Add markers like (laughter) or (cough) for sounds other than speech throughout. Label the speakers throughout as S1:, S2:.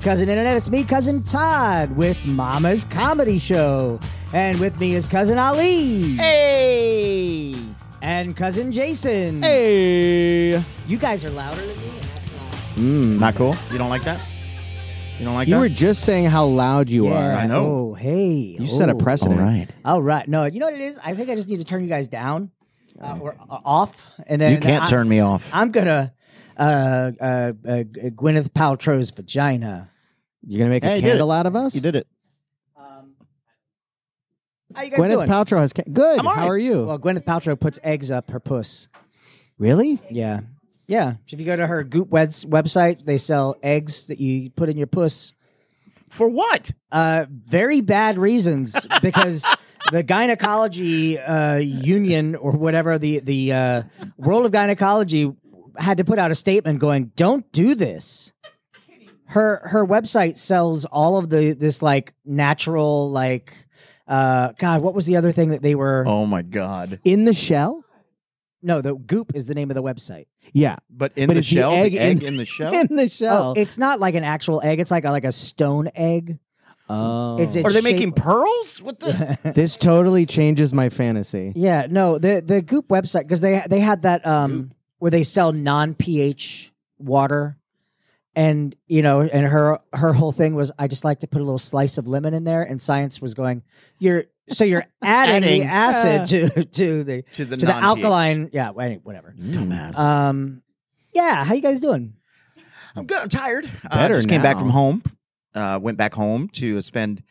S1: Cousin Internet, it's me, Cousin Todd, with Mama's Comedy Show. And with me is Cousin Ali.
S2: Hey!
S1: And Cousin Jason.
S2: Hey!
S1: You guys are louder than me, and that's not.
S2: Not cool? You don't like that? You don't like
S3: You
S2: that?
S3: were just saying how loud you
S1: Yeah.
S3: are.
S2: I know.
S1: Oh, hey.
S3: You set a
S1: Oh.
S2: All
S3: precedent.
S2: right.
S1: All right. No, you know what it is? I think I just need to turn you guys down uh, or uh, off. And then
S2: you can't
S1: I-
S2: turn me off.
S1: I'm gonna uh, uh, uh, Gwyneth Paltrow's vagina.
S3: You're gonna make
S2: Hey,
S3: a
S2: you did
S3: candle out of us.
S2: you did it.
S1: Um, how you guys
S3: Gwyneth
S1: doing?
S3: Paltrow has ca- good.
S2: I'm all
S3: How
S2: right.
S3: are you?
S1: well, Gwyneth Paltrow puts eggs up her puss.
S3: really?
S1: Yeah, yeah. If you go to her Goop webs- website, they sell eggs that you put in your puss.
S2: For what?
S1: Uh, very bad reasons because the gynecology uh, union or whatever the the uh, world of gynecology had to put out a statement going, "Don't do this." Her her website sells all of the this like natural like uh God, what was the other thing that they were?
S2: Oh my God.
S3: In the shell?
S1: No, the Goop is the name of the website.
S3: Yeah.
S2: But in
S3: But
S2: the
S3: it's the
S2: shell?
S3: egg
S2: the egg
S3: in-
S2: in,
S3: (laughs)
S2: the shell?
S3: In the
S1: Oh,
S3: shell.
S1: it's not like an actual egg. It's like a, like a stone egg.
S3: Oh.
S1: it's a-
S2: Are they
S1: shape-
S2: making pearls? What
S3: (laughs)
S2: the?
S3: this totally changes my fantasy.
S1: Yeah, no, the the Goop website because they they had that um where they sell non pH water, and you know, and her her whole thing was I just like to put a little slice of lemon in there, and science was going you're so
S2: (laughs)
S1: you're adding,
S2: Adding, Uh.
S1: the acid to to the
S2: to the,
S1: to the
S2: non-pH.
S1: alkaline. Yeah, well, anyway, whatever.
S3: Mm. Uh,
S2: Dumbass.
S1: Um, yeah, how you guys doing?
S2: I'm good. I'm tired.
S3: Better
S2: uh, just came back
S3: now.
S2: from home. Uh, went back home to spend,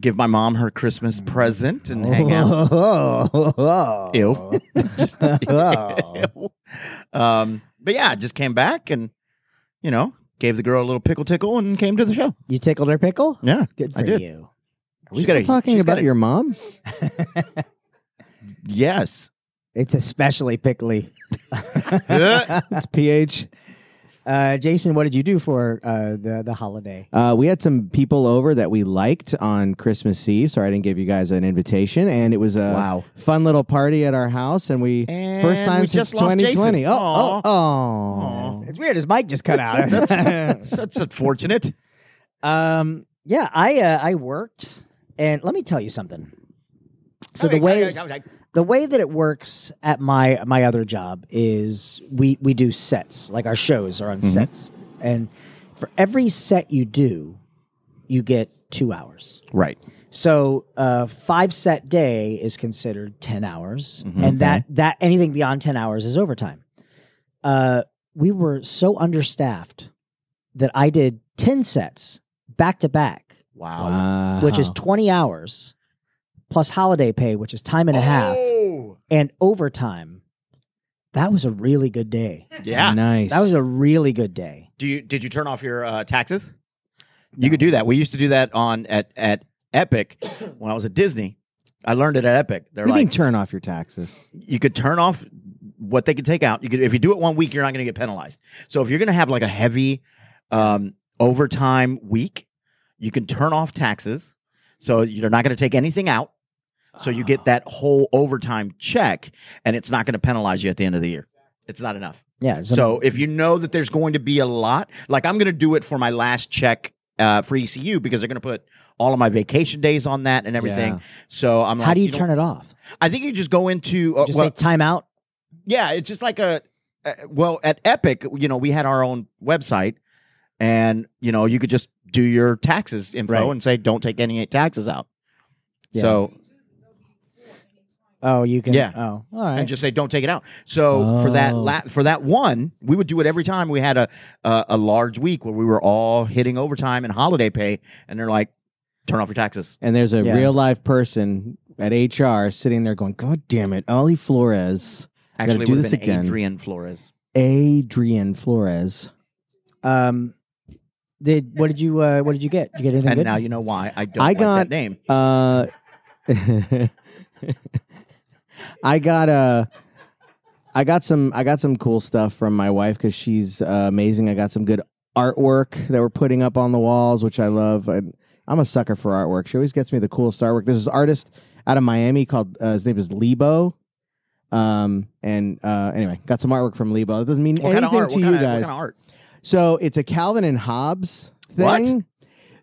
S2: give my mom her Christmas present and hang
S3: Oh.
S1: (laughs)
S2: out. (laughs) Ew. (laughs) Just- Ew. Um, but yeah, I just came back and, you know, gave the girl a little pickle tickle and came to the show.
S1: You tickled her pickle?
S2: Yeah.
S1: Good
S2: I
S1: for
S2: did.
S1: you.
S3: Are we
S2: She's
S3: still
S2: gotta-
S3: talking
S2: she's
S3: about
S2: gotta-
S3: your mom?
S2: Yes.
S1: It's especially pickly.
S2: (laughs)
S3: That's PH.
S1: Uh, Jason, what did you do for uh, the the holiday?
S3: Uh, we had some people over that we liked on Christmas Eve. Sorry, I didn't give you guys an invitation. And it was a
S2: Wow.
S3: fun little party at our house. And we,
S2: And
S3: first time
S2: we
S3: since
S2: just lost
S3: 2020.
S2: Jason.
S3: Oh, oh, oh.
S1: It's weird. His mic just cut out.
S2: (laughs) That's unfortunate.
S1: um, yeah, I uh, I worked, and let me tell you something. So the way the way that it works at my my other job is we we do sets like our shows are on sets, and for every set you do, you get two hours.
S2: Right.
S1: So uh, five set day is considered ten hours,
S2: Mm-hmm.
S1: and that that anything beyond ten hours is overtime. Uh, we were so understaffed that I did ten sets back to back,
S2: Wow.
S3: Wow.
S1: which
S2: Uh-huh.
S1: is twenty hours plus holiday pay, which is time and a half,
S2: Oh.
S1: and overtime. That was a really good day.
S2: Yeah.
S3: Nice.
S1: That was a really good day.
S2: Mm-hmm. Do you did you turn off your uh, taxes? You could do that. We used to do that on at at Epic (coughs) when I was at Disney. I learned it at Epic. They're
S3: What do you mean
S2: like
S3: turn off your taxes?
S2: you could turn off what they could take out. You could if you do it one week, you're not going to get penalized. So if you're going to have like a heavy um, overtime week, you can turn off taxes. So you're not going to take anything out. So you get that whole overtime check, and it's not going to penalize you at the end of the year. It's not enough.
S1: Yeah.
S2: So if you know that there's going to be a lot, like I'm going to do it for my last check uh, for ECU because they're going to put all of my vacation days on that and everything.
S3: Yeah.
S2: So I'm like,
S1: how do you, turn it off?
S2: don't- I think you just go into uh,
S1: Just
S2: well,
S1: say timeout.
S2: yeah, it's just like a uh, well at Epic, you know, we had our own website, and you know, you could just do your taxes info
S1: Right.
S2: and say don't take any taxes out.
S1: Yeah.
S2: So
S1: Oh, you can.
S2: Yeah.
S1: Oh, all right.
S2: and just say don't take it out. So for that
S3: Oh.
S2: la- for that one, we would do it every time we had a a, a large week where we were all hitting overtime and holiday pay, and they're like, turn off your taxes.
S3: And there's a
S1: Yeah.
S3: real life person at HR sitting there going, God damn it, Ollie Flores, gotta
S2: Actually, it
S3: do
S2: would have been
S3: this again.
S2: Adrian Flores.
S3: Adrian Flores.
S1: Um, did what did you uh, what did you get? Did you get anything
S2: And
S1: good?
S2: now you know why I don't
S3: I
S2: like
S3: got-
S2: that name.
S3: Uh, (laughs) I got a. I got some I got some cool stuff from my wife because she's uh, amazing. I got some good artwork that we're putting up on the walls, which I love. I, I'm a sucker for artwork. She always gets me the coolest artwork. There's this artist out of Miami called uh, his name is Lebo. Um and uh, anyway, got some artwork from Lebo. It doesn't mean
S2: What
S3: anything
S2: kind of art?
S3: to
S2: What
S3: you
S2: kind of,
S3: guys.
S2: what kind of art?
S3: So it's a Calvin and Hobbes
S2: What?
S3: thing.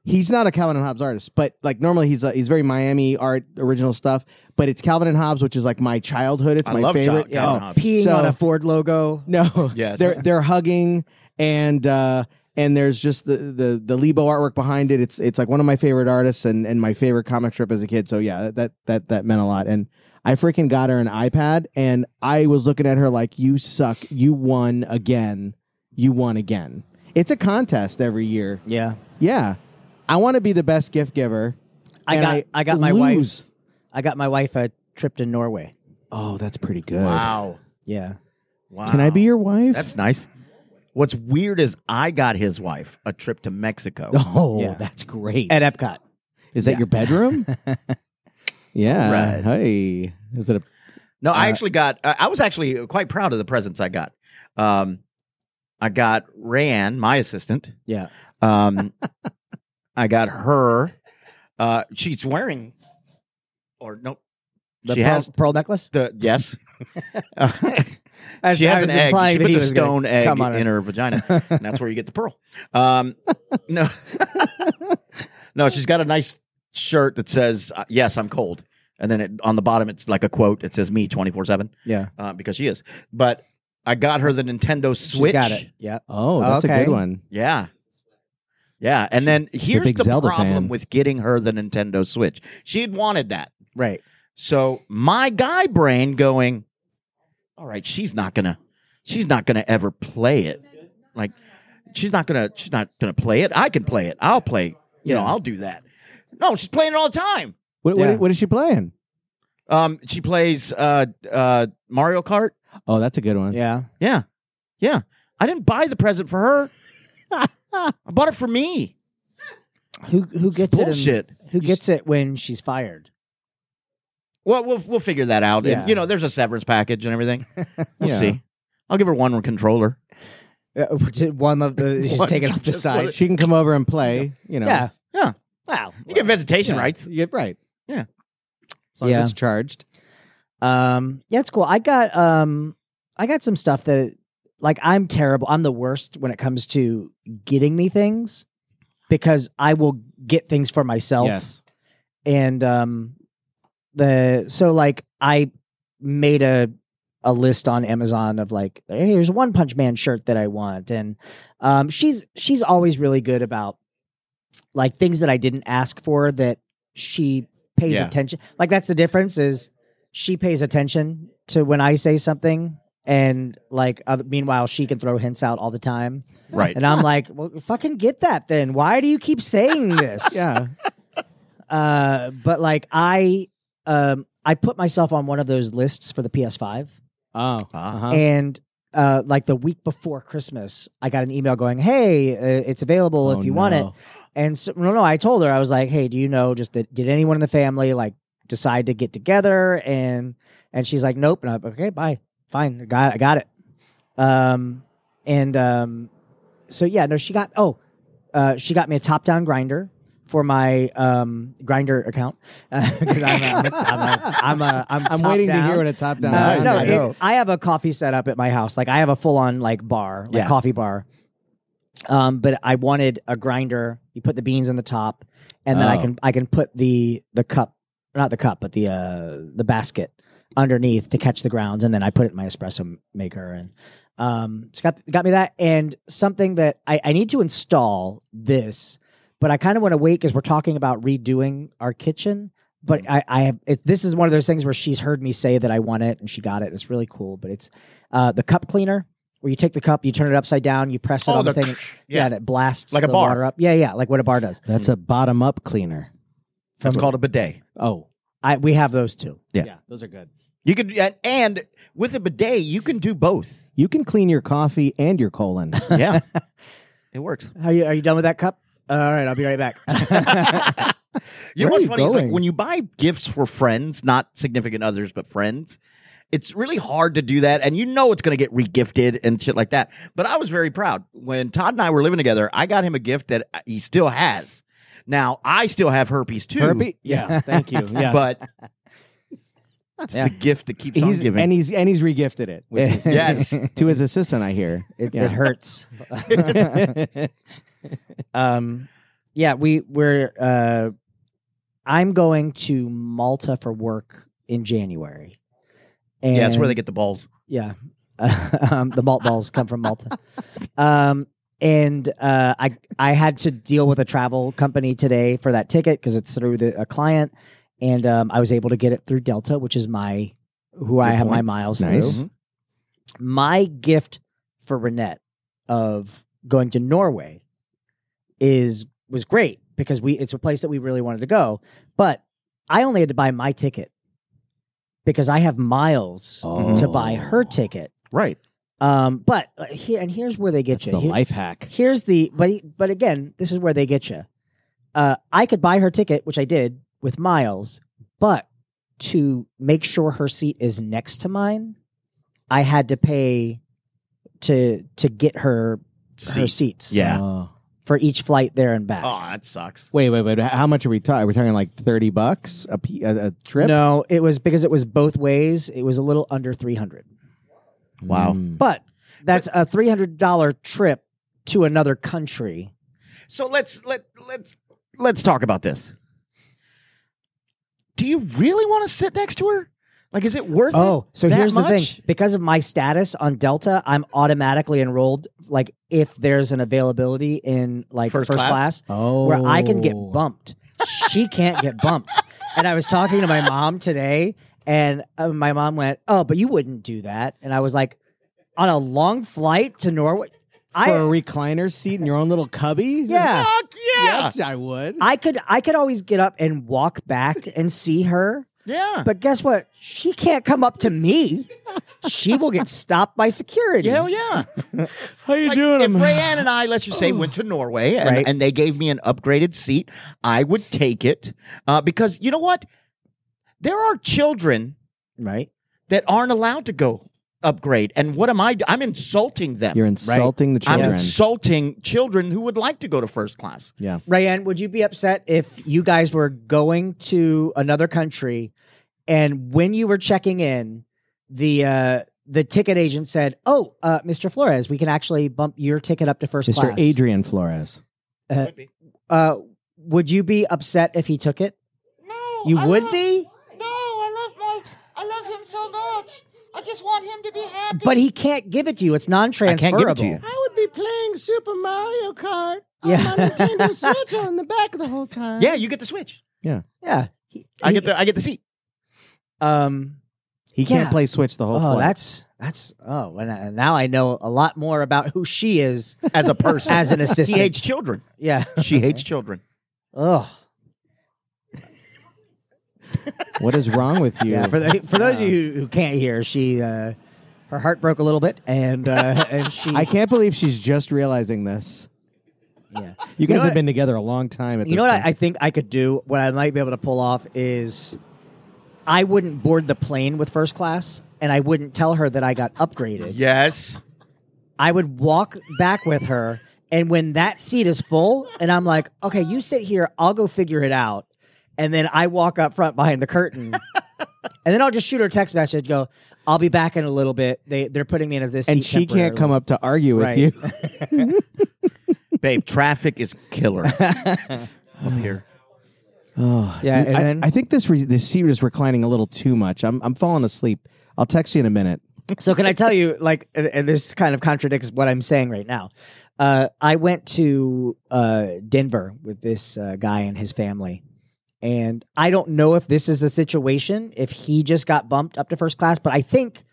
S3: he's not a Calvin and Hobbes artist, but like normally he's uh, he's very Miami art original stuff. But it's Calvin and Hobbes, which is like my childhood. It's
S2: I
S3: my
S2: love
S3: favorite.
S2: Cal- Calvin and Hobbes.
S1: peeing
S3: So-
S1: on a Ford logo.
S3: No.
S2: Yes.
S3: They're they're hugging and uh and there's just the the the Lebo artwork behind it. It's it's like one of my favorite artists and and my favorite comic strip as a kid. So yeah, that that that meant a lot. And I freaking got her an iPad and I was looking at her like you suck. You won again. You won again. It's a contest every year.
S1: Yeah.
S3: Yeah. I want to be the best gift giver.
S1: I
S3: and
S1: got I, got my
S3: lose.
S1: wife I got my wife a trip to Norway.
S3: Oh, that's pretty good.
S2: Wow.
S1: Yeah.
S2: Wow.
S3: Can I be your wife?
S2: That's nice. What's weird is I got his wife a trip to Mexico.
S3: (laughs) Oh,
S1: Yeah.
S3: that's great.
S1: At Epcot.
S3: Is that
S2: Yeah.
S3: your bedroom? yeah.
S2: Right.
S3: Hey, is it a?
S2: No, I
S1: Uh-huh.
S3: Uh,
S2: actually got. I I was actually quite proud of the presents I got. Um, I got Rayanne, my assistant.
S1: Yeah. (laughs)
S2: Um, I got her. Uh, she's wearing, or nope,
S1: The
S2: she
S1: pearl,
S2: has
S1: pearl necklace?
S2: the (laughs) yes.
S1: As-
S2: she
S1: I
S2: has
S1: was
S2: an egg.
S1: implying
S2: She
S1: that
S2: put
S1: he
S2: the
S1: was gonna
S2: stone egg
S1: come on
S2: in
S1: her.
S2: her vagina, and that's where you get the pearl.
S1: (laughs)
S2: Um, no, no, she's got a nice shirt that says uh, "Yes, I'm cold," and then it, on the bottom it's like a quote. It says "Me 24 seven
S1: Yeah.
S2: uh, because she is. But I got her the Nintendo
S1: She's
S2: Switch.
S1: got it. Yeah.
S3: Oh, that's a
S1: Okay.
S3: good one.
S2: Yeah. Yeah. And
S3: She-
S2: then
S3: she's a
S2: here's
S3: big
S2: the
S3: Zelda
S2: problem
S3: fan.
S2: with getting her the Nintendo Switch. She had wanted that.
S1: Right.
S2: So my guy brain going, all right, she's not gonna she's not gonna ever play it. Like she's not gonna she's not gonna play it. I can play it. I'll play, you know,
S1: Yeah.
S2: I'll do that. No, she's playing it all the time.
S3: What,
S1: Yeah.
S3: what, what is she playing?
S2: Um, she plays uh uh Mario Kart.
S3: Oh, that's a good one.
S1: Yeah.
S2: Yeah. Yeah. I didn't buy the present for her. I bought it for me.
S1: Who who
S2: It's
S1: gets it? in-
S2: bullshit.
S1: who
S2: You
S1: gets it when she's fired?
S2: Well, we'll we'll figure that out. And,
S1: Yeah.
S2: you know, there's a severance package and everything. We'll
S3: Yeah.
S2: see. I'll give her one controller.
S1: Uh, (laughs) one of the she's
S2: One-
S1: taken off the
S2: just one
S1: side.
S2: of
S3: She can come over and play. You know.
S1: Yeah.
S2: Yeah.
S1: Wow.
S2: You get visitation
S3: Yeah.
S2: rights.
S3: You get right.
S2: Yeah.
S3: As long
S1: Yeah.
S3: as it's charged.
S1: Um, yeah, it's cool. I got um, I got some stuff that like I'm terrible. I'm the worst when it comes to getting me things because I will get things for myself.
S3: Yes.
S1: And um, the so like I made a a list on Amazon of like hey, here's a One Punch Man shirt that I want, and um, she's she's always really good about like things that I didn't ask for that she pays
S2: Yeah.
S1: attention. Like that's the difference is she pays attention to when I say something, and like other, meanwhile she can throw hints out all the time,
S2: (laughs)
S1: (laughs)
S2: Right.
S1: and I'm like, well, fucking get that then. Why do you keep saying this?
S3: Yeah.
S1: Uh, but like I um I put myself on one of those lists for the PS5
S3: oh.
S2: Ah.
S1: and uh, like the week before Christmas, I got an email going, "Hey, uh, it's available
S3: Oh,
S1: if you want it." And so, no, no, I told her I was like, "Hey, do you know just that? Did anyone in the family like decide to get together?" And and she's like, "Nope." And I'm like, "Okay, bye, fine, I got, I got it." Um, and um, so yeah, no, she got oh, uh, she got me a top down grinder for my um grinder account (laughs) because I'm a, I'm a, I'm a, I'm,
S3: (laughs) I'm waiting to
S1: top-down.
S3: hear what a top down.
S1: Uh,
S2: Nice,
S1: no,
S2: I
S1: it-
S2: know.
S1: I have a coffee set up at my house. Like I have a full on like bar, like
S2: Yeah.
S1: coffee bar. Um, but I wanted a grinder. You put the beans in the top, and then I
S3: Oh.
S1: can I can put the the cup, not the cup, but the uh the basket underneath to catch the grounds, and then I put it in my espresso maker. And um, she got got me that, and something that I, I need to install this, but I kind of want to wait because we're talking about redoing our kitchen. But I, I have it, this is one of those things where she's heard me say that I want it, and she got it. It's really cool, but it's uh, the cup cleaner where you take the cup, you turn it upside down, you press it
S2: Oh,
S1: on the
S2: the-
S1: thing, and- yeah.
S2: yeah.
S1: and it blasts
S2: Like a
S1: the
S2: bar.
S1: water up. Yeah, yeah, like what a bar does.
S3: That's a bottom up cleaner.
S2: That's called a bidet.
S3: Oh.
S1: I we have those two.
S2: Yeah.
S3: Those are good.
S2: You can and- and with a bidet, you can do both.
S3: You can clean your coffee and your colon.
S2: Yeah. it works.
S1: Are you are you done with that cup? all right, I'll be right back. (laughs)
S2: (laughs) You know
S3: Where are
S2: what's
S3: you
S2: funny is like
S3: going?
S2: when you buy gifts for friends, not significant others, but friends, it's really hard to do that, and you know it's going to get regifted and shit like that. But I was very proud when Todd and I were living together. I got him a gift that uh, he still has. Now I still have herpes too,
S3: Herbie? Yeah. Thank you. Yes.
S2: but (laughs) it's
S1: Yeah.
S2: the gift that keeps
S3: he's
S2: on giving.
S3: and he's and he's regifted it. Which (laughs) is,
S2: Yes.
S3: to his assistant, I hear.
S1: It,
S3: Yeah.
S1: it hurts. (laughs) um, yeah, we we're uh, I'm going to Malta for work in January. And
S2: yeah, that's where they get the balls.
S1: Yeah. (laughs) um, the malt balls come from Malta. Um, and uh, I I had to deal with a travel company today for that ticket because it's through the, a client, and um, I was able to get it through Delta, which is my who I
S3: Your
S1: have my
S3: points.
S1: miles
S3: Nice. Mm-hmm.
S1: through. My gift for Renette of going to Norway is was great because we it's a place that we really wanted to go, but I only had to buy my ticket because I have miles to buy
S3: Oh.
S1: her ticket.
S2: Oh. Right.
S1: Um, but uh, here and here's where they get
S3: That's
S1: you.
S3: the
S1: Here-
S3: life hack.
S1: Here's the but but again, this is where they get you. Uh, I could buy her ticket, which I did with Miles, but to make sure her seat is next to mine, I had to pay to to get her her
S2: See.
S1: seats
S2: Yeah.
S3: Oh.
S1: for each flight there and back.
S2: Oh, that sucks.
S3: Wait, wait, wait. H- How much are we talking? We're talking like thirty bucks a, pe- a, a trip.
S1: No, it was because it was both ways. It was a little under three hundred,
S2: Wow.
S3: Mm.
S1: but that's a three hundred dollar trip to another country.
S2: So let's let let's let's talk about this. Do you really want to sit next to her? Like, is it worth it?
S1: Oh, so
S2: that
S1: here's the
S2: much?
S1: thing. Because of my status on Delta, I'm automatically enrolled like if there's an availability in like
S2: First
S1: first,
S2: class?
S1: class,
S3: Oh,
S1: where I can get bumped. she can't get bumped. And I was talking to my mom today and uh, my mom went, "Oh, but you wouldn't do that." And I was like, "On a long flight to Norway,
S3: for a
S1: I
S3: recliner seat in your own little cubby.
S1: yeah.
S2: Fuck yeah.
S3: Yes, I would.
S1: I could I could always get up and walk back and see her."
S2: Yeah.
S1: But guess what? She can't come up to me. She will get stopped by security.
S2: Hell yeah.
S3: How you
S2: Like,
S3: doing?
S2: if
S3: I'm-
S2: Rayanne and I, let's just say, went to Norway and,
S1: Right.
S2: and they gave me an upgraded seat, I would take it uh, because you know what? There are children
S1: Right.
S2: that aren't allowed to go upgrade, and what am I? do- I'm insulting them.
S3: (laughs) You're insulting the
S2: I'm
S3: children.
S2: insulting children who would like to go to first class.
S3: yeah.
S1: Rayanne, would you be upset if you guys were going to another country and when you were checking in, the uh the ticket agent said, "Oh, uh, Mr. Flores, we can actually bump your ticket up to first
S3: Mr.
S1: class."
S3: Adrian Flores.
S1: Uh, uh, would you be upset if he took it?
S4: No.
S1: You
S4: I
S1: would
S4: love-
S1: be,
S4: No, I love my I love him so much. I just want him to be happy.
S1: but he can't give it to you. It's
S2: I can't
S1: non-transferable.
S2: give it to you.
S3: I would be playing Super Mario Kart
S1: Yeah.
S3: (laughs) Nintendo Switch on the back the whole time.
S2: Yeah, you get the switch.
S1: Yeah, He-
S2: I
S1: he-
S2: get the I get the seat.
S1: um.
S3: He can't
S1: Yeah.
S3: play Switch the whole
S1: Oh,
S3: flight.
S1: that's that's oh, and I- now I know a lot more about who she (laughs) is
S2: as a person.
S1: as an
S2: he
S1: assistant.
S2: hates children.
S1: yeah.
S2: She hates children.
S1: Oh,
S3: what is wrong with you?
S1: yeah. For, the, for those of you who can't hear, she uh, her heart broke a little bit, and (laughs) uh, and she.
S3: I can't believe she's just realizing this.
S1: Yeah.
S3: You guys
S1: know
S3: have
S1: what-
S3: been together a long time at
S1: You
S3: this
S1: know what
S3: point.
S1: I, I think I could do? What I might be able to pull off is, I wouldn't board the plane with first class, and I wouldn't tell her that I got upgraded.
S2: Yes.
S1: I would walk back with her, and when that seat is full, and I'm like, okay, you sit here, I'll go figure it out, and then I walk up front behind the
S3: (laughs)
S1: curtain, and then I'll just shoot her a text message, go, I'll be back in a little bit. They they're putting me in this
S3: and
S1: seat
S3: she can't come up to argue with
S1: Right.
S3: you.
S2: Babe, traffic is
S1: (laughs)
S2: killer up here.
S3: Oh,
S1: Yeah,
S3: dude,
S1: and
S3: I,
S1: then-
S3: I think this re- this seat is reclining a little too much. I'm I'm falling asleep. I'll text you in a minute.
S1: So can I tell you, like, and- and this kind of contradicts what I'm saying right now. Uh, I went to uh, Denver with this uh, guy and his family, and I don't know if this is the situation. If he just got bumped up to first class, but I think,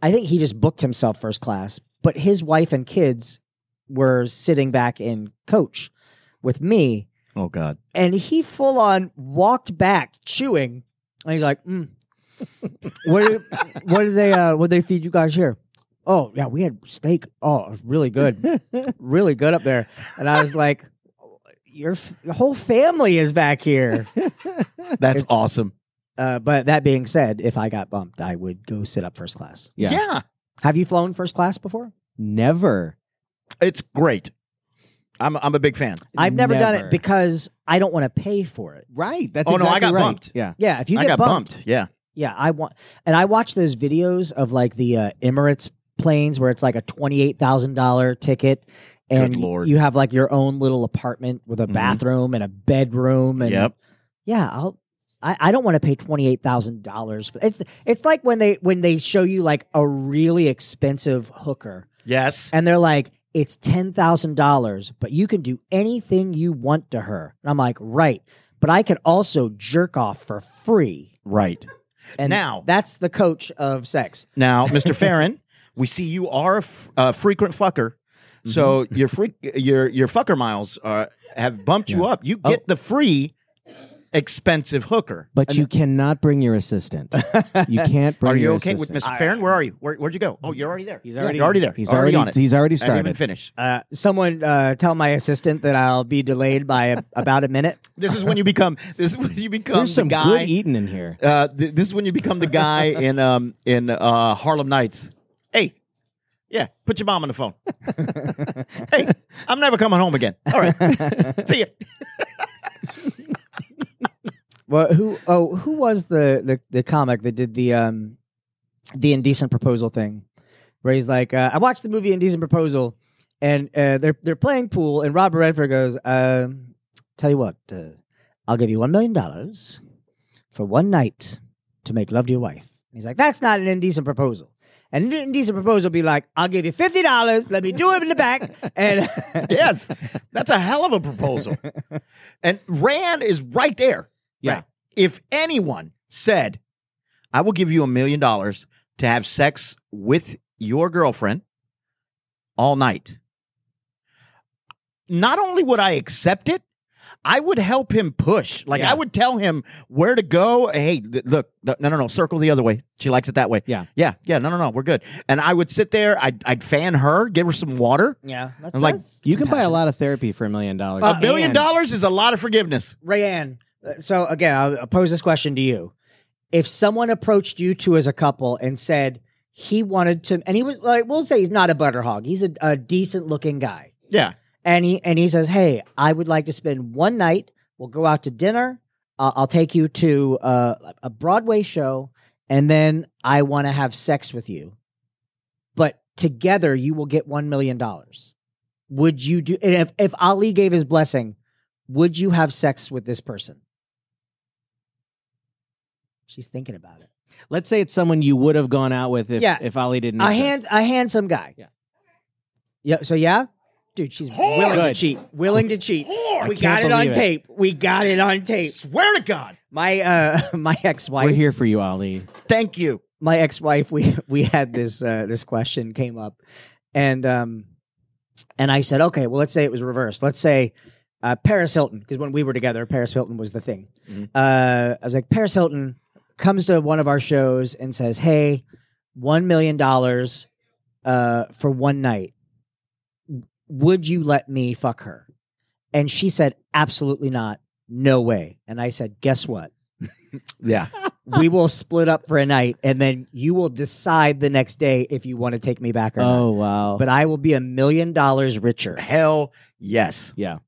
S1: I think he just booked himself first class. But his wife and kids were sitting back in coach with me,
S2: Oh God.
S1: and he full on walked back chewing, and he's like, mm. "What?
S2: (laughs)
S1: Did, what did they? Uh, what did they feed you guys here?" Oh yeah, we had steak. Oh, it was really
S2: (laughs)
S1: good, really good up there. And I was like, "Your f- your whole family is back here."
S2: That's awesome.
S1: Uh, but that being said, if I got bumped, I would go sit up first class.
S3: Yeah.
S2: yeah.
S1: Have you flown first class before?
S3: Never.
S2: It's great. I'm I'm a big fan.
S1: I've never, done
S3: Never.
S1: it because I don't want to pay for it.
S3: Right. That's
S2: Oh, no,
S3: exactly
S2: I got
S3: right.
S2: bumped.
S3: Yeah.
S1: Yeah, if you
S2: I
S1: get
S2: got
S1: bumped,
S2: bumped. Yeah.
S1: Yeah, I want, and I watch those videos of like the uh, Emirates planes where it's like a twenty eight thousand dollar ticket, and
S2: lord.
S1: you have like your own little apartment with a
S2: Mhm.
S1: bathroom and a bedroom and
S2: Yep.
S1: yeah I'll, I, I don't want to pay twenty eight thousand dollars it's it's like when they when they show you like a really expensive hooker
S2: Yes.
S1: and they're like it's ten thousand dollars but you can do anything you want to her and I'm like right but I could also jerk off for free
S2: Right.
S1: and
S2: Now-
S1: that's the coach of sex
S2: Now, Mr. Farron, we see you are a, f- a frequent fucker. So your freak, your your fucker miles are, have bumped you up. You get the free expensive hooker.
S3: But you cannot bring your assistant. You can't bring
S2: Are you
S3: your
S2: okay with
S3: assistant.
S2: Mr. Farron? Where are you? Where, where'd you go? Oh, you're already there.
S3: He's
S2: Yeah,
S3: already-
S2: you're already there.
S3: He's already,
S2: on it.
S3: he's already
S2: I didn't even
S3: started.
S2: finish.
S1: uh, someone uh, tell my assistant that I'll be delayed by a, about a minute.
S2: This is when you become. (laughs) This is when you become
S3: There's
S2: um, the
S3: some
S2: guy.
S3: good e- eating in here.
S2: uh, th- this is when you become the
S3: (laughs)
S2: guy in um in uh, Harlem Nights. Hey, yeah, put your mom on the
S3: (laughs)
S2: phone. hey, I'm never coming home again. All right,
S3: (laughs)
S2: see ya.
S1: Well, who? Oh, who was the the, the comic that did the um the indecent proposal thing? Where he's like, uh, I watched the movie Indecent Proposal, and uh, they're they're playing pool, and Robert Redford goes, um, "Tell you what, uh, I'll give you one million dollars for one night to make love to your wife." And he's like, "That's not an indecent proposal." And an indecent proposal would be like, "I'll give you fifty dollars, let me do it in the back," and
S3: (laughs)
S1: (laughs)
S2: (laughs) Yes, that's a hell of a proposal. And Rand is right there.
S3: Yeah.
S2: Right. If anyone said, I will give you a million dollars to have sex with your girlfriend all night, not only would I accept it, I would help him push. Like,
S3: Yeah.
S2: I would tell him where to go. Hey, th- look, th- no, no, no, circle the other way. She likes it that way.
S3: Yeah.
S2: Yeah. Yeah. No, no, no. We're good. And I would sit there. I'd, I'd fan her, give her some water.
S1: yeah, that's,
S2: I'm like,
S1: that's
S3: You can buy a
S1: compassionate.
S3: lot of therapy for a million dollars.
S1: Uh,
S2: A billion
S1: And-
S2: dollars is a lot of forgiveness.
S1: Rayanne, uh, so again, I'll I'll pose this question to you. If someone approached you two as a couple and said he wanted to, and he was like, we'll say he's not a butter hog, he's a, a decent looking guy.
S2: Yeah.
S1: And he, and he says, hey, I would like to spend one night, we'll go out to dinner, uh, I'll take you to uh, a Broadway show, and then I want to have sex with you. But together you will get $1 million. Would you do, and if, if Ali gave his blessing, would you have sex with this person? She's thinking about it.
S3: Let's say it's someone you would have gone out with if,
S1: Yeah.
S3: if Ali didn't
S1: A
S3: exist.
S1: hand, a handsome guy.
S3: Yeah.
S1: Yeah. So yeah, dude, she's
S2: Whore!
S1: willing to
S3: Good.
S1: cheat. Willing to cheat.
S2: Whore!
S1: We got
S3: I can't
S1: it on
S3: believe it.
S1: tape. We got it on tape.
S2: Swear to God.
S1: My uh, (laughs) my
S3: We're
S1: ex-wife.
S3: here for you, Ali.
S2: Thank you.
S1: my ex-wife we (laughs) we had this uh, this question came up and um and I said okay well let's say it was reversed let's say uh, Paris Hilton because when we were together Paris Hilton was the thing
S2: Mhm.
S1: uh, I was like Paris Hilton comes to one of our shows and says hey one million dollars uh, for one night would you let me fuck her and she said absolutely not no way and I said guess what
S2: Yeah.
S1: we will split up for a night and then you will decide the next day if you want to take me back or not.
S3: Oh, wow.
S1: But I will be a million dollars richer.
S2: Hell yes.
S3: yeah.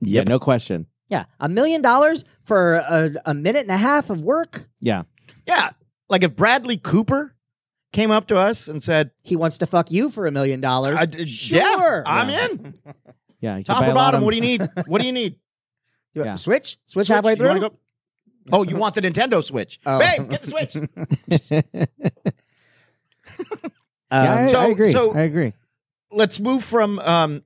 S3: Yeah,
S2: Yep.
S3: no question.
S1: Yeah, a million dollars for a, a minute and a half of work.
S3: Yeah.
S2: Yeah. Like if Bradley Cooper came up to us and said,
S1: He wants to fuck you for a million dollars.
S2: I d-
S1: Sure.
S2: Yeah, I'm
S3: Yeah.
S2: in.
S3: Yeah. you could
S2: Top
S3: buy
S2: or
S3: a lot
S2: bottom,
S3: of-
S2: what do you need? What do you need?
S1: You-
S3: Yeah.
S1: Switch, switch
S2: Switch?
S1: halfway
S2: You
S1: through.
S2: wanna go- Oh, you want the Nintendo Switch?
S1: Oh.
S2: Babe, get the Switch.
S3: (laughs)
S1: Um,
S3: yeah, I,
S2: so-
S3: I agree.
S2: so-
S3: I agree.
S2: Let's move from um,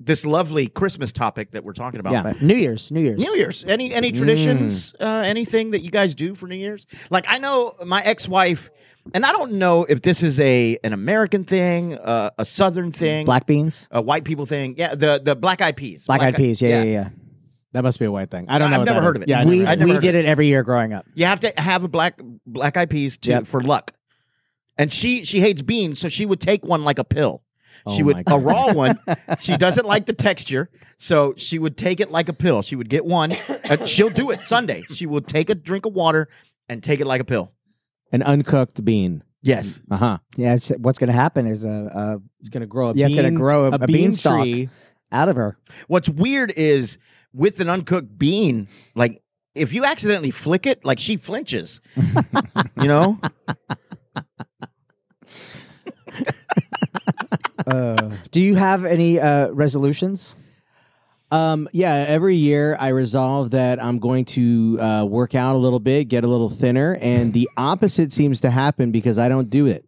S2: this lovely Christmas topic that we're talking about.
S3: Yeah.
S1: right. New Year's, New Year's. Mm.
S2: New Year's. Any any traditions? Uh, anything that you guys do for New Year's? Like I know my ex wife, and I don't know if this is a an American thing, uh, a Southern thing,
S1: Black beans,
S2: a white people thing. Yeah, the the black eyed peas.
S1: black eyed peas. Yeah, yeah, yeah.
S3: That must be a white thing. I don't
S2: I've
S3: know. what
S2: never
S3: that
S2: heard
S3: is.
S2: of it.
S3: Yeah. I
S1: we
S3: never heard
S2: never
S1: we
S2: heard
S1: did it every year growing up.
S2: You have to have a black black eyed peas to
S1: Yep.
S2: for luck. And she she hates beans, so she would take one like a pill.
S3: Oh
S2: She
S3: my
S2: would a
S3: God.
S2: raw
S3: (laughs)
S2: one. She doesn't like the texture, so she would take it like a pill. She would get one. and she'll do it Sunday. She will take a drink of water and take it like a pill.
S3: An uncooked bean.
S2: Yes.
S3: Uh huh.
S1: Yeah, it's, what's going to happen is uh, uh,
S3: It's gonna grow a
S1: Yeah, it's
S3: bean.
S1: gonna grow a-
S3: a,
S1: a
S3: bean
S1: beanstalk.
S3: tree.
S1: out of
S2: (laughs)
S1: her.
S2: What's weird is with an uncooked bean, like if you accidentally flick it, like she
S3: (laughs)
S2: flinches. you know?
S1: Uh, Do you have any uh, resolutions?
S3: Um, yeah, every year I resolve that I'm going to uh, work out a little bit, get a little thinner, and the opposite seems to happen because I don't do it.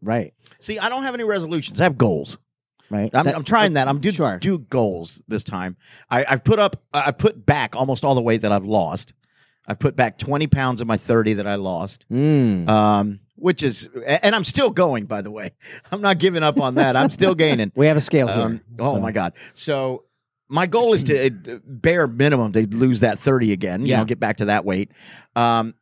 S1: Right.
S2: See, I don't have any resolutions. I have goals.
S1: Right.
S2: I'm, I'm trying that. I'm do,
S3: Sure.
S2: do goals this time. I, I've put up, I I put back almost all the weight that I've lost. I put back 20 pounds of my 30 that I lost,
S3: Mm.
S2: um, which is, a- and I'm still going, by the way. (laughs) I'm not giving up on that. I'm still gaining.
S1: We have a scale
S2: Um,
S1: here.
S2: oh
S1: so-
S2: my god! So my goal is to uh, bare minimum to lose that thirty again. You
S3: Yeah.
S2: know, get back to that weight. Um,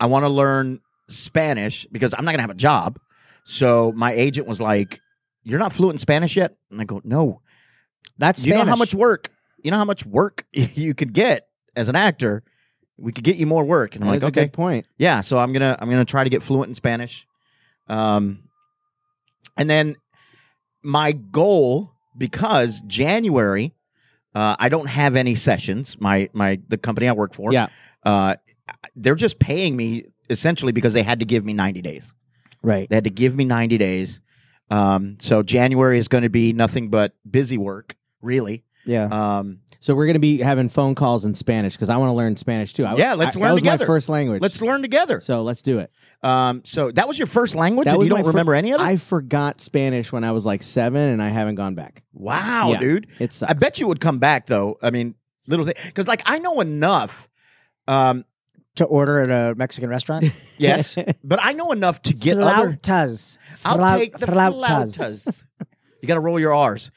S2: I want to learn Spanish because I'm not gonna have a job. So my agent was like, "You're not fluent in Spanish yet," and I go, "No."
S1: That's
S2: You know how
S1: Spanish.
S2: much work? You know how much work (laughs) you could get as an actor. We could get you more work, and I'm
S3: That's
S2: like,
S3: a
S2: "Okay,
S3: good point.
S2: yeah so i'm gonna i'm gonna try to get fluent in spanish um and then my goal because january uh, i don't have any sessions my my the company i work for
S3: Yeah.
S2: uh, they're just paying me essentially because they had to give me 90 days
S1: Right.
S2: they had to give me 90 days um, so january is going to be nothing but busy work really
S1: Yeah.
S2: um,
S3: So we're going to be having phone calls in Spanish because I want to learn Spanish too. I,
S2: Yeah, let's
S3: I-
S2: learn
S3: That was
S2: together.
S3: my first language.
S2: let's learn together
S3: so let's do it.
S2: um, so that was your first language
S3: That
S2: and
S3: was
S2: you don't
S3: my fir-
S2: remember any of it
S3: I forgot Spanish when I was like seven, and I haven't gone back.
S2: wow
S3: Yeah.
S2: dude
S3: It sucks.
S2: I bet you would come back though. I mean, little thing because like I know enough. Um,
S1: to order at a Mexican (laughs) restaurant.
S3: (laughs)
S2: yes, but I know enough to get other.
S1: flautas.
S2: I'll
S1: Flau-
S2: take the flautas. you got to roll your R's.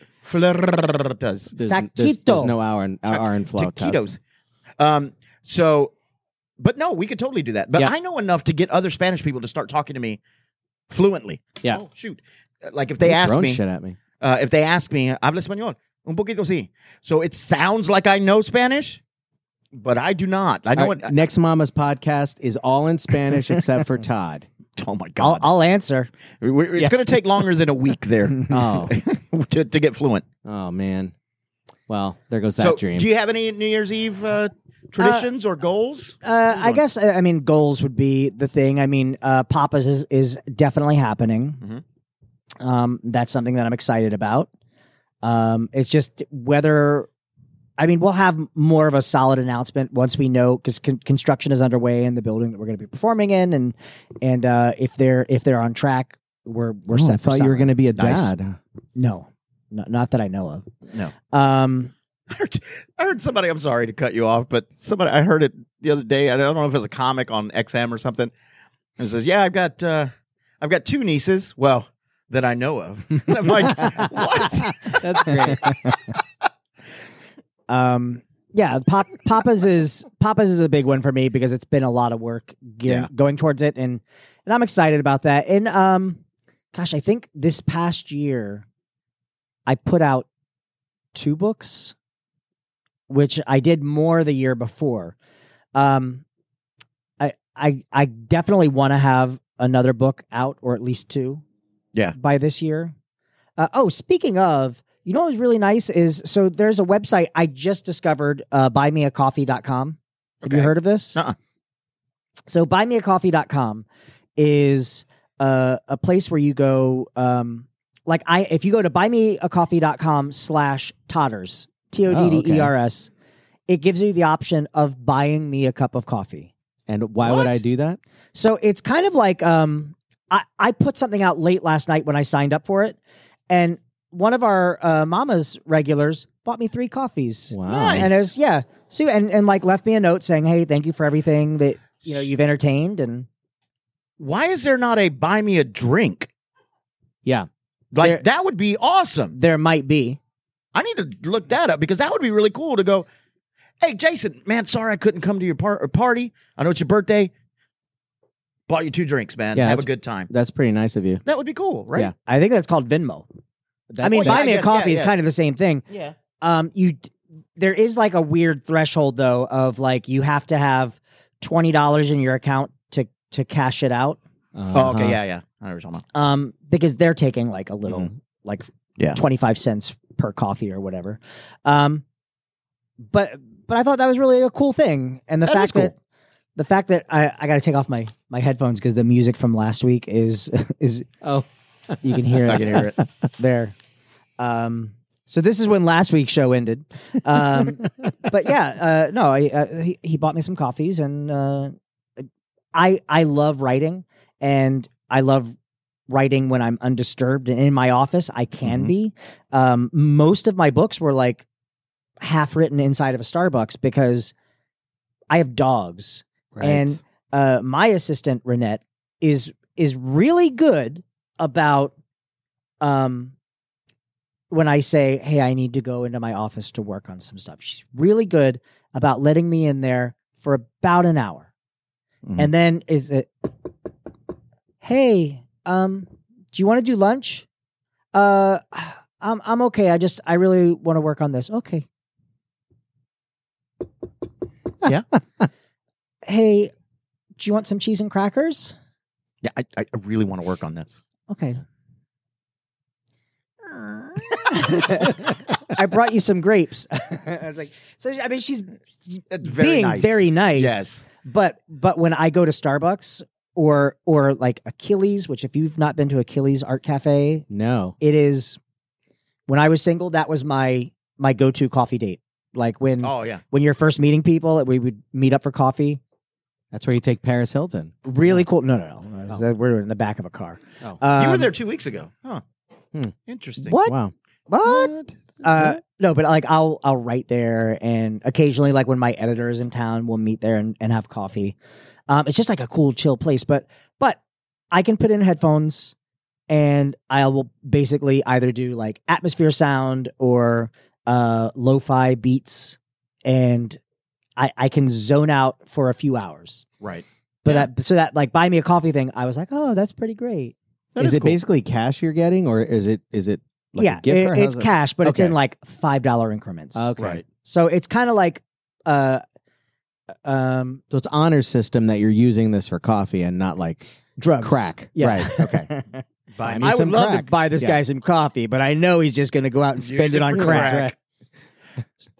S2: Flautas.
S3: There's, there's,
S1: Taquito.
S3: there's no hour in,
S2: Ta-
S3: hour in flautas.
S2: Taquitos. Um, so, but no, we could totally do that. But
S3: Yeah.
S2: I know enough to get other Spanish people to start talking to me fluently.
S3: Yeah.
S2: Oh, shoot. Like if they ask
S3: throwing
S2: me,
S3: shit at me.
S2: uh, if they ask me, habla español, un poquito sí. So it sounds like I know Spanish, but I do not. I know uh,
S3: All
S2: it.
S3: right, Next Mama's podcast is all in Spanish except
S2: (laughs)
S3: for Todd.
S2: Oh my
S1: I'll,
S2: god!
S1: I'll answer.
S2: We- we- It's
S3: Yeah.
S2: going to take longer than a
S1: (laughs)
S2: week there um,
S3: Oh,
S2: to, to get fluent.
S3: oh man. Well, there goes that
S2: so,
S3: dream.
S2: do you have any New Year's Eve uh, traditions or goals?
S1: Uh, I
S2: on.
S1: guess uh, I mean goals would be the thing. I mean, uh, Papa's is is definitely happening. Um, that's something that I'm excited about. Um, it's just whether, I mean, we'll have more of a solid announcement once we know because con- construction is underway in the building that we're going to be performing in, and and uh, if they're if they're on track, we're we're
S3: Oh,
S1: set.
S3: I
S1: for
S3: thought you were
S1: summer.
S3: going to be a
S2: Nice.
S3: dad.
S1: No, not, not that I know of.
S2: No.
S1: Um,
S2: (laughs) I heard, I heard somebody. I'm sorry to cut you off, but somebody I heard it the other day. I don't know if it was a comic on XM or something. And it says, "Yeah, I've got uh, I've got two nieces. Well, that I know of." (laughs) And I'm like, "What?"
S3: (laughs) That's great.
S1: um, yeah, Pop, Papa's is Papa's is a big one for me because it's been a lot of work gear,
S2: Yeah.
S1: going towards it, and and I'm excited about that. And um, gosh, I think this past year, I put out two books, which I did more the year before. Um, I I I definitely want to have another book out, or at least two.
S2: Yeah.
S1: By this year. Uh, oh, speaking of, you know what was really nice is so there's a website I just discovered, uh, buymeacoffee.com. Have you
S2: Okay.
S1: heard of this?
S2: Uh-uh.
S1: So buymeacoffee.com is uh, a place where you go um, like I if you go to buymeacoffee.com slash totters, T O D D E R S, it gives you the option of buying me a cup of coffee.
S3: And why would
S2: What?
S3: I do that?
S1: So it's kind of like um, I, I put something out late last night when I signed up for it, and one of our uh, mama's regulars bought me three coffees.
S3: Wow.
S2: Nice.
S1: And it was yeah, so and and like left me a note saying, "Hey, thank you for everything that you know you've entertained." And
S2: Why is there not a buy me a drink?
S3: Yeah.
S2: Like
S1: There-
S2: that would be awesome.
S1: there might be
S2: I need to look that up because that would be really cool to go. Hey, Jason, man, sorry I couldn't come to your par- party. I know it's your birthday. Bought you two drinks, man.
S3: Yeah,
S2: Have a
S3: that's-
S2: good time.
S3: That's pretty nice of you.
S2: That would be cool, right?
S3: Yeah.
S1: I think that's called Venmo. I mean,
S2: well, yeah,
S1: buy
S2: I
S1: me
S2: guess,
S1: a coffee
S2: yeah,
S1: is
S2: yeah.
S1: kind of the same thing.
S2: Yeah.
S1: Um, you there is like a weird threshold though of like you have to have twenty dollars in your account to to cash it out.
S2: Oh, okay.
S1: uh-huh.
S2: Yeah, yeah. I know what you're talking about.
S1: um, because they're taking like a little, like
S2: Mm-hmm. Yeah.
S1: twenty five cents per coffee or whatever. Um, but but I thought that was really a cool thing, and the
S2: That is
S1: fact that the fact that I, I got to take off my my headphones because the music from last week is (laughs) is
S3: Oh.
S1: you can hear it
S2: (laughs) I can hear it.
S1: there. Um, so this is when last week's show ended. Um, but yeah, uh, no, I, uh, he, he bought me some coffees, and uh, I I love writing, and I love writing when I'm undisturbed and in my office. I can
S2: Mhm.
S1: be. Um, most of my books were like half written inside of a Starbucks because I have dogs
S3: Uh-huh.
S1: And- uh, my assistant Renette is is really good about um when I say, "Hey, I need to go into my office to work on some stuff." She's really good about letting me in there for about an hour.
S2: Mhm.
S1: And then is it "Hey, um do you want to do lunch?" Uh I'm I'm okay. I just I really want to work on this. Okay.
S2: Yeah.
S1: hey, do you want some cheese and crackers?
S2: Yeah, I, I I really want to work on this.
S1: Okay.
S3: (laughs)
S1: I brought you some grapes. (laughs) I was like, so I mean, she's
S2: That's
S1: being very nice.
S2: Yes.
S1: But but when I go to Starbucks or or like Achilles, which if you've not been to Achilles Art Cafe,
S3: no.
S1: it is. When I was single, that was my my go to coffee date. Like when
S2: Oh yeah.
S1: when you're first meeting people, we would meet up for coffee.
S3: That's where you take Paris Hilton.
S1: Really cool. No, no, no.
S3: Oh.
S1: We're in the back of a car.
S3: Oh.
S2: you were
S1: Um,
S2: there two weeks ago. Huh.
S3: Hmm.
S2: Interesting.
S1: What?
S3: Wow.
S2: What?
S1: Uh, no, but like I'll I'll write there, and occasionally, like when my editor is in town, we'll meet there and, and have coffee. Um, it's just like a cool, chill place. But but I can put in headphones, and I will basically either do like atmosphere sound or uh, lo-fi beats, and I I can zone out for a few hours.
S2: Right.
S1: But
S2: Yeah.
S1: that, so that like buy me a coffee thing, I was like, oh, that's pretty great.
S2: That
S3: is
S2: is
S3: it
S2: cool.
S3: basically cash you're getting, or is it is it like
S1: yeah,
S3: a gift?
S1: it-
S3: or
S1: it's
S3: how's it-
S1: cash, but it's
S3: Okay.
S1: in like five dollar increments.
S3: Okay.
S2: Right.
S1: So it's kind of like uh um
S3: So it's honor system that you're using this for coffee and not like
S1: drugs.
S3: crack.
S1: Yeah.
S3: Right. Okay.
S1: (laughs)
S2: Buy
S3: I
S2: me
S3: mean,
S1: I would
S3: some
S1: love
S3: crack.
S1: to buy this
S3: Yeah.
S1: guy some coffee, but I know he's just going to go out and
S2: Use
S1: spend
S2: it
S1: it on
S2: for
S1: crack.
S2: crack.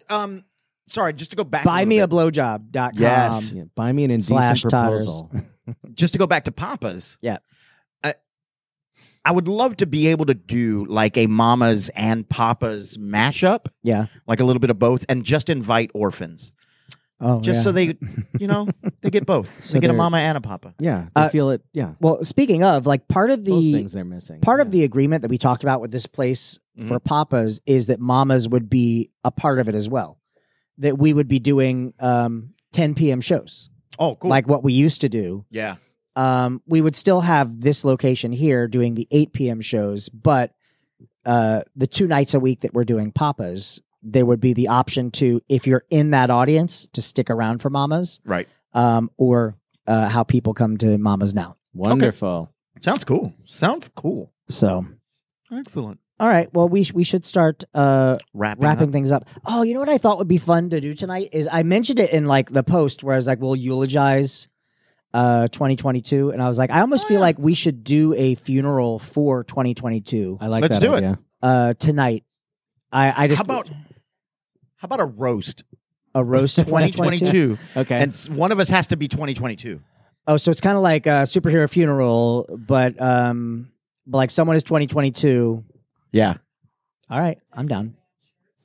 S2: Um, sorry, just to go back.
S1: Buy me a
S2: little
S1: blowjob.com.
S2: Yes.
S3: Yeah, buy me an indecent
S1: Slash tires.
S3: proposal.
S2: bit. just to go back to Papa's.
S1: Yeah.
S2: I, I would love to be able to do like a Mama's and Papa's mashup,
S1: Yeah.
S2: like a little bit of both, and just invite orphans,
S1: Oh,
S2: just
S1: yeah. (laughs)
S2: so they, you know, they get both.
S3: So
S2: they get a
S3: they're-
S2: Mama and a Papa.
S3: Yeah, I
S1: Uh,
S3: feel it. Yeah,
S1: well, speaking of, like part of
S3: both
S1: the
S3: things they're missing.
S1: part
S3: Yeah.
S1: of the agreement that we talked about with this place
S2: Mm-hmm.
S1: for papas is that mamas would be a part of it as well. That we would be doing um 10 p.m. shows,
S2: Oh, cool.
S1: like what we used to do.
S2: yeah,
S1: um, we would still have this location here doing the 8 p.m. shows, but uh, the two nights a week that we're doing Papas, there would be the option to, if you're in that audience, to stick around for Mamas
S2: right.
S1: um, or uh, how people come to Mamas now.
S3: wonderful.
S2: Sounds cool. Sounds cool.
S1: So,
S2: Excellent.
S1: all right. Well, we, sh- we should start uh,
S2: Wrapping,
S1: wrapping
S2: up.
S1: things up. Oh, you know what I thought would be fun to do tonight is I mentioned it in like the post where I was like, we'll eulogize uh 2022 and I was like I almost
S2: Oh,
S1: feel
S2: yeah.
S1: like we should do a funeral for 2022
S3: I like
S2: Let's
S3: that
S2: do it.
S3: idea.
S1: uh tonight. I I just
S2: How about how about a roast
S1: a roast of 2022?
S2: 2022?
S3: Okay,
S2: and s- one of us has to be 2022.
S1: Oh, so it's kind of like a superhero funeral but um but like someone is 2022.
S2: Yeah,
S1: All right, I'm down.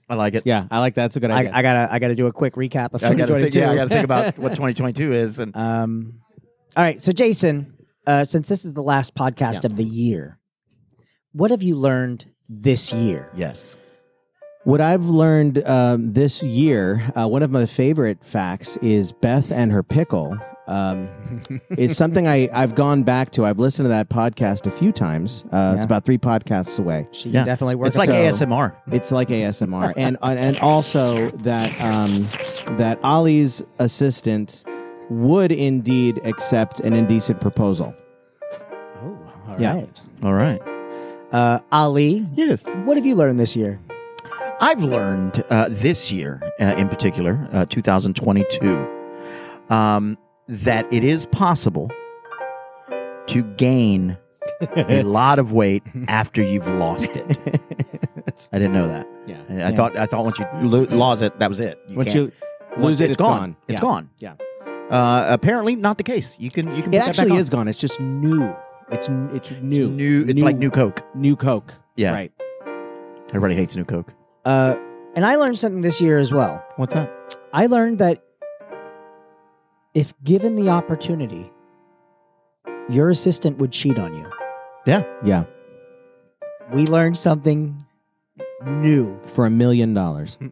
S2: I like it.
S3: yeah, I like that. That's a good
S1: I,
S3: idea.
S1: I got to I got to do a quick recap of
S2: I got to
S1: 2022.
S2: think about what 2022
S1: (laughs)
S2: is and
S1: Um, all right. So, Jason, uh, since this is the last podcast
S2: Yeah.
S1: of the year, what have you learned this year?
S2: yes.
S3: What I've learned um, this year, uh, one of my favorite facts is Beth and her pickle. Um, is something I, I've gone back to. I've listened to that podcast a few times. Uh,
S1: Yeah.
S3: It's about three podcasts away.
S1: She
S2: Yeah.
S1: definitely works.
S2: It's like
S1: so-
S2: ASMR.
S3: It's like ASMR, and and- and also that um, that Ollie's assistant would indeed accept an indecent proposal.
S1: Oh, all
S3: Yeah.
S1: right.
S2: All right.
S1: Uh, Ali,
S2: Yes.
S1: what have you learned this year?
S2: I've learned uh, this year, uh, in particular, uh, 2022, um, that it is possible to gain
S3: (laughs)
S2: a lot of weight after you've lost it. I didn't know that.
S3: yeah,
S2: I, I thought I thought once you lo- lose it, that was it. You
S3: Once
S2: can't-
S3: you lose it, it's gone.
S2: It's
S3: Yeah.
S2: gone.
S3: Yeah.
S2: Uh, apparently, not the case. You can you can.
S3: It
S2: put that
S3: actually
S2: back on.
S3: is gone. It's just new. It's n- it's new.
S2: It's new. It's like new Coke.
S3: new Coke.
S2: Yeah.
S3: Right.
S2: Everybody hates New Coke.
S1: Uh, and I learned something this year as well.
S2: What's that?
S1: I learned that if given the opportunity, your assistant would cheat on you.
S3: Yeah,
S1: We learned something new.
S3: for a million dollars.
S1: Mm.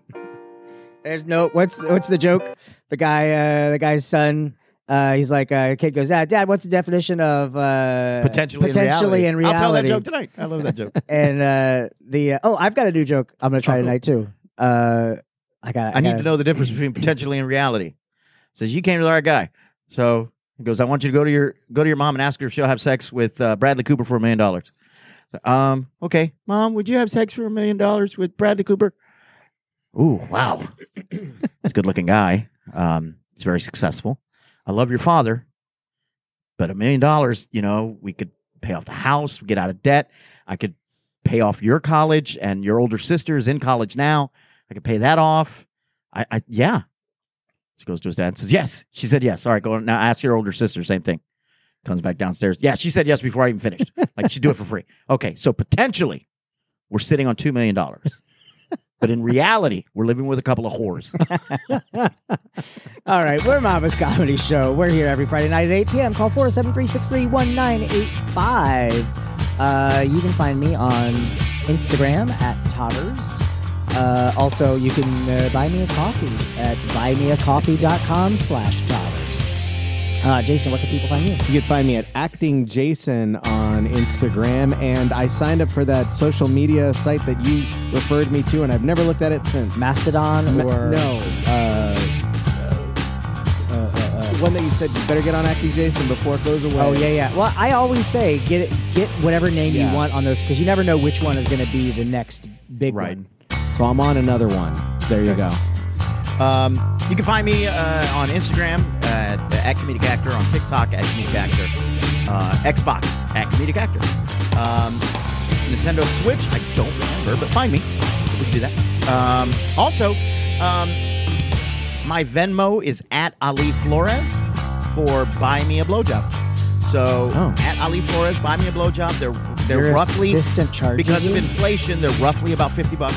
S1: There's no what's what's the joke? The guy, uh, the guy's son. Uh, he's like, uh, kid goes, Dad, Dad, what's the definition of uh,
S2: Potentially,
S1: potentially
S2: in
S1: in
S2: reality. I'll tell that
S1: reality?
S2: joke tonight. I love that joke.
S1: and uh, the uh, oh, I've got a new joke. I'm gonna try
S2: Oh, cool.
S1: tonight too. Uh, I got.
S2: I need to know the difference between potentially and reality. Says you came to the right guy. So he goes, I want you to go to your go to your mom and ask her if she'll have sex with uh, Bradley Cooper for a million dollars. Um, okay, mom, would you have sex for a million dollars with Bradley Cooper? Ooh, wow, that's a good looking guy. Um, he's very successful. I love your father, but a million dollars, you know, we could pay off the house, get out of debt. I could pay off your college, and your older sister is in college now. I could pay that off. I, I yeah. She goes to his dad and says, Yes. She said yes. All right, go on. Now ask your older sister, same thing. Comes back downstairs. Yeah, she said yes before I even finished. like she'd do it for free. Okay, so potentially we're sitting on two million dollars. but in reality, we're living with a couple of whores.
S1: All right, we're Mama's Comedy Show. We're here every Friday night at 8 p.m. Call 407-363-1985. Uh, you can find me on Instagram at Totters. Uh, also, you can uh, buy me a coffee at buymeacoffee.com slash Totters. Uh, Jason, where can people find you?
S3: You can find me at Acting Jason on Instagram, and I signed up for that social media site that you referred me to, and I've never looked at it since.
S1: Mastodon
S3: Ma-
S1: or...
S3: no, uh, uh, uh, uh, one that you said you better get on Acting Jason before it goes away.
S1: Oh yeah, yeah. Well, I always say get it, get whatever name
S3: Yeah.
S1: you want on those because you never know which one is going to be the next big
S2: Right.
S1: one.
S3: So I'm on another one. There you go.
S2: Um, you can find me uh, on Instagram at, at Comedic Actor, on TikTok at Comedic Actor, uh, Xbox at Comedic Actor, um, Nintendo Switch. I don't remember, but find me. We can do that. Um, also, um, my Venmo is at Ali Flores for Buy Me a Blowjob. So
S3: Oh.
S2: at Ali Flores, Buy Me a Blowjob. They're they're
S1: Your
S2: roughly
S1: assistant charges
S2: because of
S1: you?
S2: inflation. They're roughly about fifty bucks.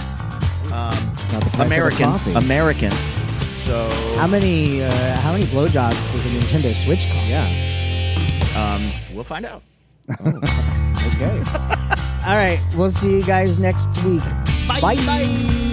S2: Um,
S3: Not the price of a
S2: American,
S3: coffee.
S2: American. So
S1: How many uh, how many blowjobs does a Nintendo Switch cost?
S3: Yeah.
S2: um, we'll find out.
S3: Okay.
S1: All right, we'll see you guys next week.
S2: bye. bye.